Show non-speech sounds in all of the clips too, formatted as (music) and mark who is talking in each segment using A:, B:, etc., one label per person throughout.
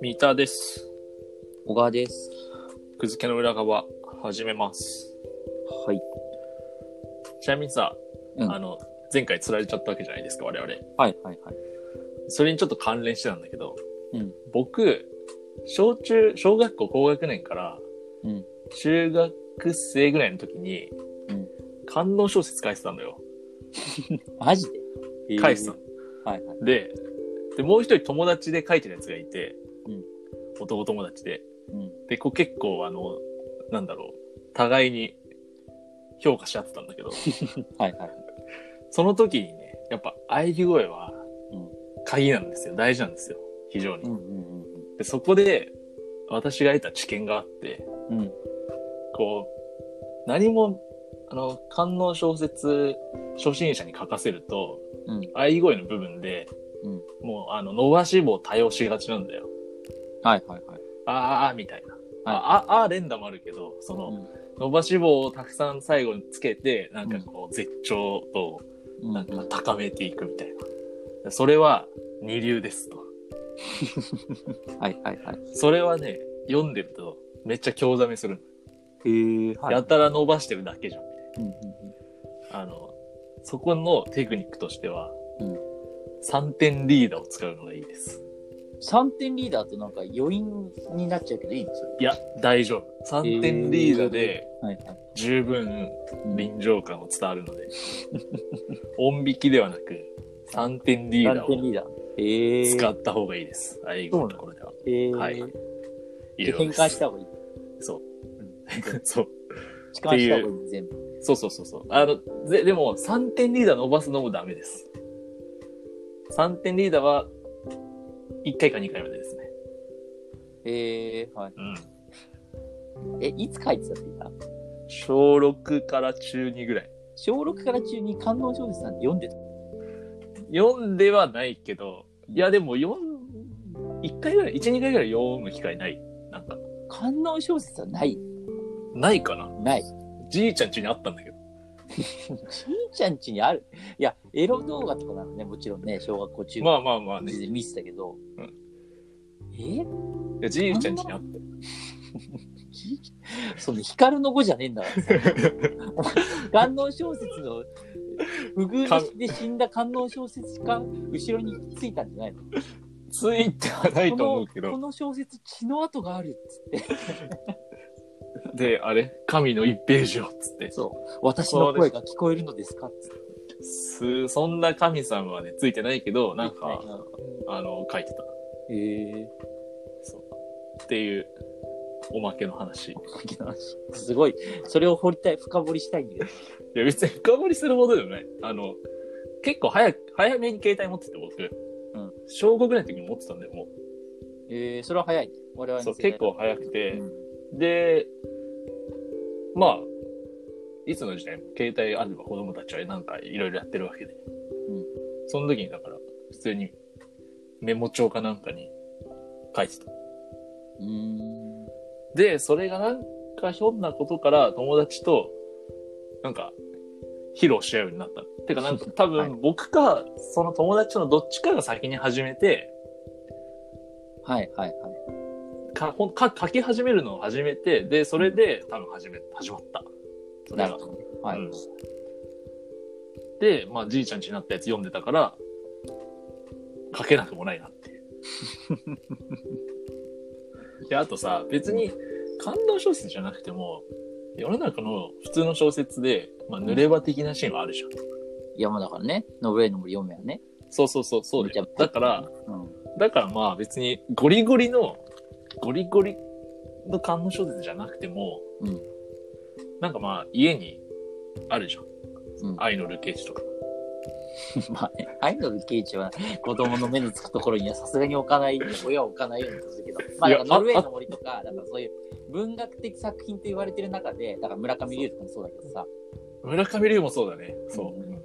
A: 三田です。
B: 小川です。
A: くずけの裏側始めます。
B: はい。
A: ちなみにさ、
B: うん
A: あの、前回釣られちゃったわけじゃないですか、我々。
B: はいはいはい。
A: それにちょっと関連してたんだけど、
B: うん
A: 僕、小中、小学校高学年から、
B: うん
A: 中学生ぐらいの時に、
B: うん
A: 観音小説書いてたのよ。
B: マジで
A: 書いてたの。
B: はいはい。
A: で、で、もう一人友達で書いてるやつがいて、
B: うん
A: 男友達で。
B: うん。
A: で、こう結構あの、なんだろう、互いに評価し合ってたんだけど、
B: はいはい。
A: その時にね、やっぱ喘ぎ声は
B: うん、
A: 鍵なんですよ。大事なんですよ。非常
B: う
A: に。
B: んうん
A: で、そこで、私が得た知見があって、
B: うん。うん。
A: こう、何も、あの、観音小説初心者に書かせると、
B: うん
A: 喘ぎ声の部分で、
B: うん
A: もう、あの、伸ばし棒対応しがちなんだよ。
B: はいはいはい。
A: あーあーあー、みたいな。ああ、あー連打もあるけど、その、
B: うん
A: 伸ばし棒をたくさん最後につけて、なんかこう、絶頂と、
B: うん
A: なんか高めていくみたいな。それは、二流ですと。
B: はいはいはい。
A: それはね、読んでると、めっちゃ興ざめするの。
B: へえー、はい。
A: やたら伸ばしてるだけじゃん、みたい
B: うんうん
A: な。あの、そこのテクニックとしては、
B: うん
A: 3点リーダーを使うのがいいです。
B: うん。3点リーダーとなんか余韻になっちゃうけどいいんですよ。
A: いや、大丈夫。3点リーダーで、
B: はいはい。
A: 十分
B: うん
A: 臨場感を伝わるので、 (laughs) 音引きではなく、3点リーダ
B: 3点
A: ーを
B: リーダー。へえー。
A: 使った方がいいです。あ英語のところでは。
B: えー、
A: はいいいよう
B: 変
A: です
B: 換した方がいい。
A: そう
B: う。
A: (laughs) そう。
B: 置換した方がいい、全部。
A: そうそうそうそう。あの、で、でも、3点リーダー伸ばすのもダメです。3点リーダーは、1回か2回までですね。
B: えー、はい。
A: うん。
B: え、いつ書いてたって言った
A: 小6から中2ぐらい。
B: 小6から中に観音小説なんて読んでた。
A: 読んではないけど、いや、でも、読ん、1回ぐらい、1、2回ぐらい読む機会ない。なんか、
B: 観音小説はない。
A: ないかな。
B: ない。
A: じいちゃん家にあったんだけど。
B: ちいちゃん家にある。いや、エロ動画とかなのね、もちろんね、小学校中学
A: まあまあまあね。
B: 校で見てたけど。
A: うん
B: え
A: いやじいちゃん家にあったよ。
B: き (laughs) その光の子じゃねえんだからさ。 (laughs) 観音小説の、不遇の死で死んだ観音小説家、後ろについたんじゃないの
A: ついてはないと思うけ
B: このこ
A: ど。
B: の小説、血の跡があるっつって。
A: で、あれ神の一ページを、つって。
B: そう。私の声が聞こえるのですかっつって。
A: す、そんな神様はね、ついてないけど、なんか、あの、書いてた。
B: えー、 (laughs)
A: そう。っていう、おまけの話。い
B: すごい。それを掘りたい、深掘りしたいんだけど。
A: や、別に深掘りするほどでもない。あの、結構早く、早めに携帯持ってて、僕。
B: うん。
A: 小5ぐらいの時に持ってたんだよ、も
B: えー、それは早いね。我々
A: う。
B: の
A: そう、
B: 世代
A: 結構早く
B: う
A: て。
B: ん
A: で、まあ、いつの時代も携帯あれば子供たちはなんかいろいろやってるわけで。
B: ん
A: その時にだから、普通にメモ帳かなんかに書いてた。
B: うーん。
A: で、それがなんかひょんなことから友達と、なんか、披露し合うようになった。てかなんか多
B: (laughs) は
A: 分僕か、その友達とのどっちかが先に始めて、
B: はいはいはい。
A: か、ほんか、書き始めるのを始めて、で、それで多分始め、始まった。それ
B: なる
A: が
B: ほ。どね。はい。
A: うんで、まあじいちゃんちになったやつ読んでたから、書けなくもないな
B: (laughs)
A: っていう。で、あとさ、別に感動小説じゃなくても、世の中の普通の小説で、まあ濡れ場的なシーンはあるじゃん。
B: 山だからね。ノブレイの森読めやね。
A: そうそうそう、そう
B: め
A: だ
B: ちゃ
A: よ。だから、
B: うん。
A: だからまあ別にゴリゴリの、ゴリゴリの感動小説じゃなくても、
B: うん。
A: なんかまあ家にあるじゃん。
B: うん、
A: 愛のルケージとか。
B: まあね、アイドルケイチは (laughs) 子供の目のつくところにはさすがに置かない、親は置かないようにするけど、まあ、
A: い
B: だ
A: や
B: からノルウェーの森とか、なんかそういう文学的作品と言われてる中で、だから村上龍とかもそうだけどさ、
A: 村上龍もそうだね。そう。
B: うん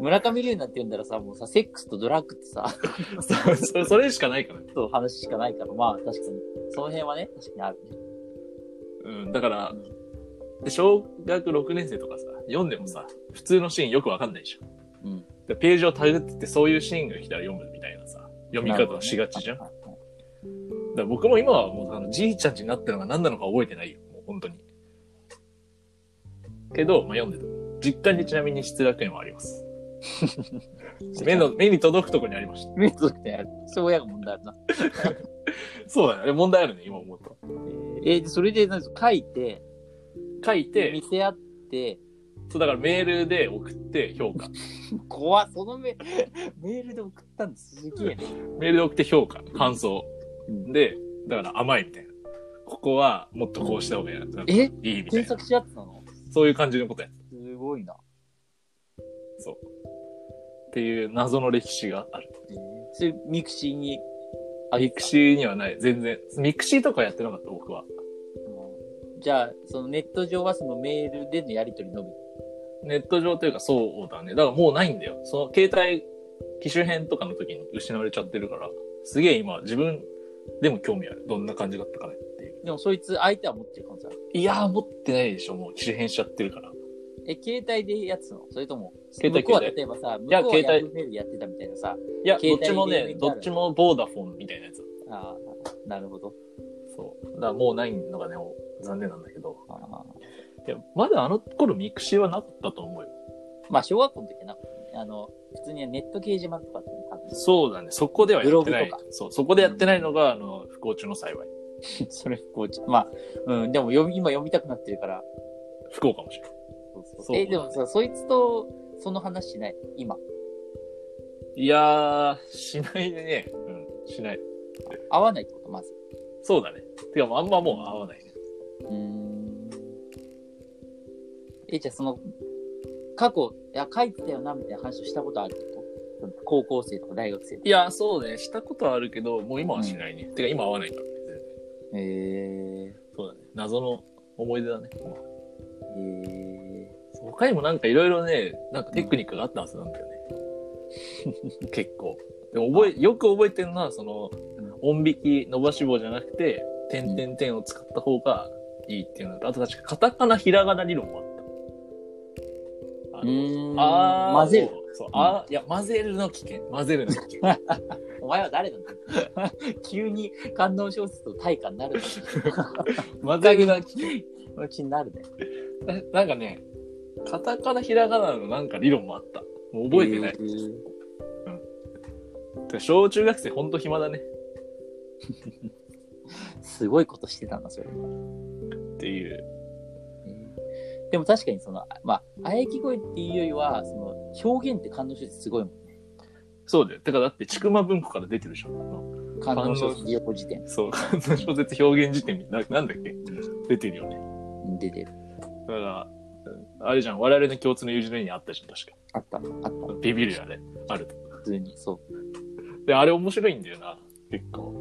B: 村上龍なんて言うんだらさ、もうさ、セックスとドラッグってさ、 (laughs)
A: そうそそれしかないから。
B: そう話しかないから、まあ確かに、その辺はね、確かにあるね。
A: うん、だから
B: うん、
A: で小学6年生とかさ、読んでもさ、普通のシーンよくわかんないでしょ。
B: うん。
A: でページをタグってってそういうシーンが来たら読むみたいなさ、読み方をしがちじゃん。だ
B: な
A: か
B: るほどね
A: ら僕も今はもうあのじいちゃんちになったのが何なのか覚えてないよ。もう本当に。けど、まあ、読んでた。実家にちなみに失楽園はあります。目の、目に届くところにありました。
B: 目つぶってやる。そう親が問題あるな。
A: そうだね。問題あるね、今思うと。
B: えー、でそれでなんか書いて、
A: 書いて
B: 見、せ合って、
A: そうだからメールで送って評価。
B: 怖っそのメ (laughs) メールで送ったんです。すげえな。
A: メールで送って評価、感想。
B: うん
A: で、だから甘いみたいな。ここはもっとこうした方がいいな
B: え
A: いいみたい
B: 検
A: な。
B: 索し合ってたの
A: そういう感じのことや。
B: すごいな。
A: っていう謎の歴史がある。
B: それミクシーにあげ
A: ミ
B: た
A: クシーにはない。全然。ミクシーとかやってなかった、僕は。
B: じゃあ、そのネット上はそのメールでのやり取りのみ。
A: ネット上というかそうだね。だからもうないんだよ。その携帯機種編とかの時に失われちゃってるから、すげえ今自分でも興味ある。どんな感じだったかねっていう。
B: でもそいつ相手は持ってる感じある。
A: いやー、持ってないでしょ。もう機種編しちゃってるから。
B: え、携帯でやってたのそれとも、
A: 携帯
B: 向こうは
A: 携帯
B: 例えばさ、向
A: や
B: こうは
A: 携帯
B: ヤフーメールやってたみたいなさ、
A: いや、
B: 携
A: どっ
B: 帯
A: ちも
B: で
A: ね、
B: 見た
A: ど
B: ら
A: っちもボーダフォンみたいなやつ。
B: ああ、なるほど。
A: そう。だからもうないのがね、残念なんだけど。
B: ああ
A: いや、まだあの頃ミクシーはなかったと思うよ。
B: まあ、小学校の時はな、あの、普通にネット掲示板とかってあった
A: そうだね。そこではやってない
B: ブログと。
A: そう。そこでやってないのが、あの、不幸中の幸い。
B: (laughs) それ、こう、ちょまあ、うん、でも読み、今読みたくなってるから。
A: 不幸かもしれない。そう
B: え、でもさ、そいつと、その話しない今。
A: いやー、しないね。うん、しない。
B: 合わないってこと、まず。
A: そうだね。てか、あんまもう合わないね。
B: うーん。え、じゃあその、過去、いや、書いてたよな、みたいな話をしたことあるってことその高校生とか大学生と
A: いや、そうね。したことはあるけど、もう今はしないね。てか、今合わないからね。全然
B: か。へえ
A: そうだね。謎の思い出だね。まあ
B: ー。え
A: そう他にもなんかいろいろね、なんかテクニックがあったはずなんだよね。結構。でも覚え、よく覚えてるのは、その、音引き伸ばし棒じゃなくて、点点点を使った方がいいっていうのと、あと確かカタカナひらがな理論もあった。あ
B: う
A: の
B: ーん。
A: あー
B: 混ぜる。
A: そう、あーいや、混ぜるの危険。混ぜるの危険。
B: お前は誰なんだ (laughs) 急に観音小説と対価に (laughs) なる
A: 混ぜるの危
B: のうちになるね。
A: 険。ななんかね、カタカナひらがなのなんか理論もあった。もう覚えてない。
B: へー
A: てか小中学生ほんと暇だね。
B: すごいことしてたんだ、それ。
A: っていう。
B: でも確かにその、まあ、あやき声っていうよりは、その、表現って感動小説すごいもんね。
A: そうだよ。てかだって、ちくま文庫から出てるでしょ。あ
B: 感動小説横辞典
A: のそう、 (laughs) 感動小説表現辞典みたいな、なんだっけ出てるよね。
B: に出てる。
A: だから、あれじゃん、我々の共通の友人の家にあったじゃん、確か。
B: あった、あった、
A: ビビるよ、あれ。あると。
B: 普通に、そう。
A: で、あれ面白いんだよな、結構。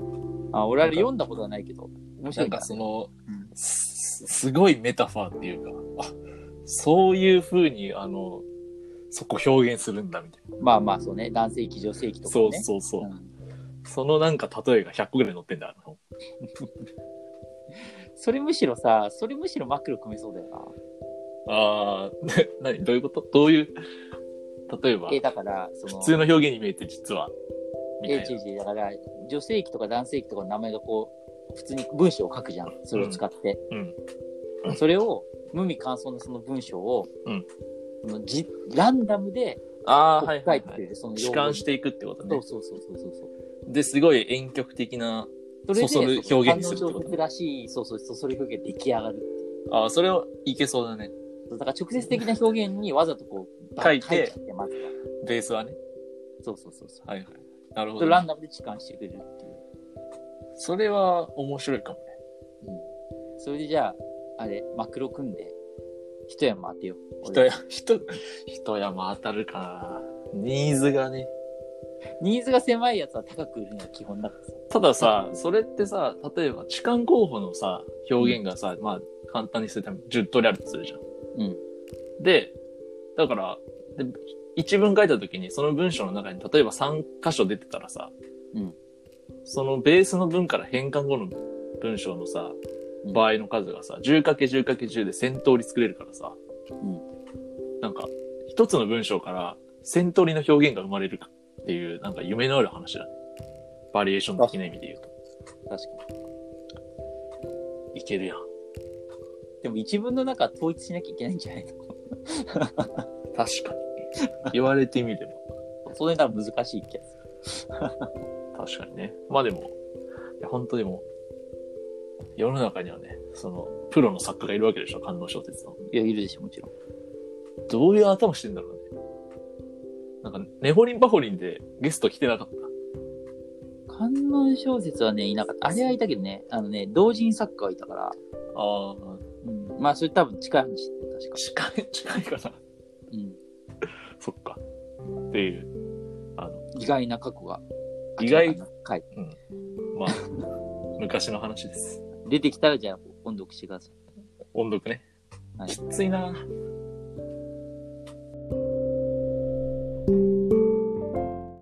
B: あ、俺あれ読んだことはないけど、面
A: な
B: 白い
A: ん
B: か、
A: からそ
B: ね。
A: の、
B: うん
A: すすごいメタファーっていうか、あ、そういう風に、あの、そこ表現するんだ、みたいな。
B: まあまあ、そうね。男性器、女性器とか
A: そ
B: ね
A: う。そうそう。
B: うん
A: そのなんか例えが100個ぐらい載ってんだ、あの
B: それむしろさ、それむしろマクロ組めそうだよな。
A: あー、 (laughs) で何どういうことどういう、例えば、
B: え、だから、その、
A: 普通の表現に見えて実は、みたい
B: え、
A: な
B: 違う違うだから、女性器とか男性器とかの名前がこう、普通に文章を書くじゃん。それを使って。
A: うんうん
B: それを、無味乾燥のその文章を、
A: うん
B: そのじランダムで、
A: あー、
B: 書
A: はいいはい、
B: て
A: は
B: くれ
A: い。
B: る、その
A: 弛緩していくってこと
B: そ
A: ね
B: う。そうそうそうそうそう。
A: で、すごい遠曲的な、
B: それで、
A: そそる表現にするってこと
B: 感動小説らしい、そうそうそう、それ表現出来上がる。
A: ああ、それをいけそうだね。
B: だから直接的な表現にわざとこう、
A: 書いて
B: 書ってまずは
A: ベースはね。
B: そうそうそうそう。
A: はいはい。なるほ
B: それ
A: ど、
B: ラ
A: ね。
B: ンダムで痴漢してくれるっていう。
A: それは面白いかもね。
B: うん。それでじゃあ、あれ、マクロ組んで、一山当てよう。
A: 人や、人、人山当たるかな。ニーズがね。
B: ニーズが狭いやつは高く売るのが基本だからさ。
A: たださ、それってさ、例えば痴漢候補のさ、表現がさ、まあ簡単にするために10通りあるとするじゃん。
B: うん。
A: で、だから、で一文書いた時にその文章の中に例えば3箇所出てたらさ、
B: うん
A: そのベースの文から変換後の文章のさ、
B: うん
A: 場合の数がさ、10×10×10 で1000通り作れるからさ、
B: ん
A: なんか、一つの文章から千通りの表現が生まれるかっていう、なんか夢のある話だね。バリエーション的な意味で言うと。
B: 確か
A: いけるやん。
B: に。でも一文の中は統一しなきゃいけないんじゃないの
A: 確かに。言われてみれば。
B: それなら難しい気がする。
A: 確かにね。まあでも、いや本当でも、世の中にはね、その、プロの作家がいるわけでしょ、官能小説の。
B: いや、いるでしょ、もちろん。
A: どういう頭してんだろうね。なんか、ネホリンパホリンでゲスト来てなかっ
B: 観音小説はね、いなかった。あれはいたけどね、あのね、同人作家がいたから、
A: た。あ
B: うん、まあ、それ多分近い話だよ確
A: あ、
B: か。
A: 近い、近いかな。
B: うん。
A: (laughs) そっか。っていう、
B: 意外な過去が。
A: 意外
B: 明らかな回
A: まあ、昔の話です。
B: 出てきたら、じゃあ、音読してください。
A: 音読ね。
B: はい
A: きついな。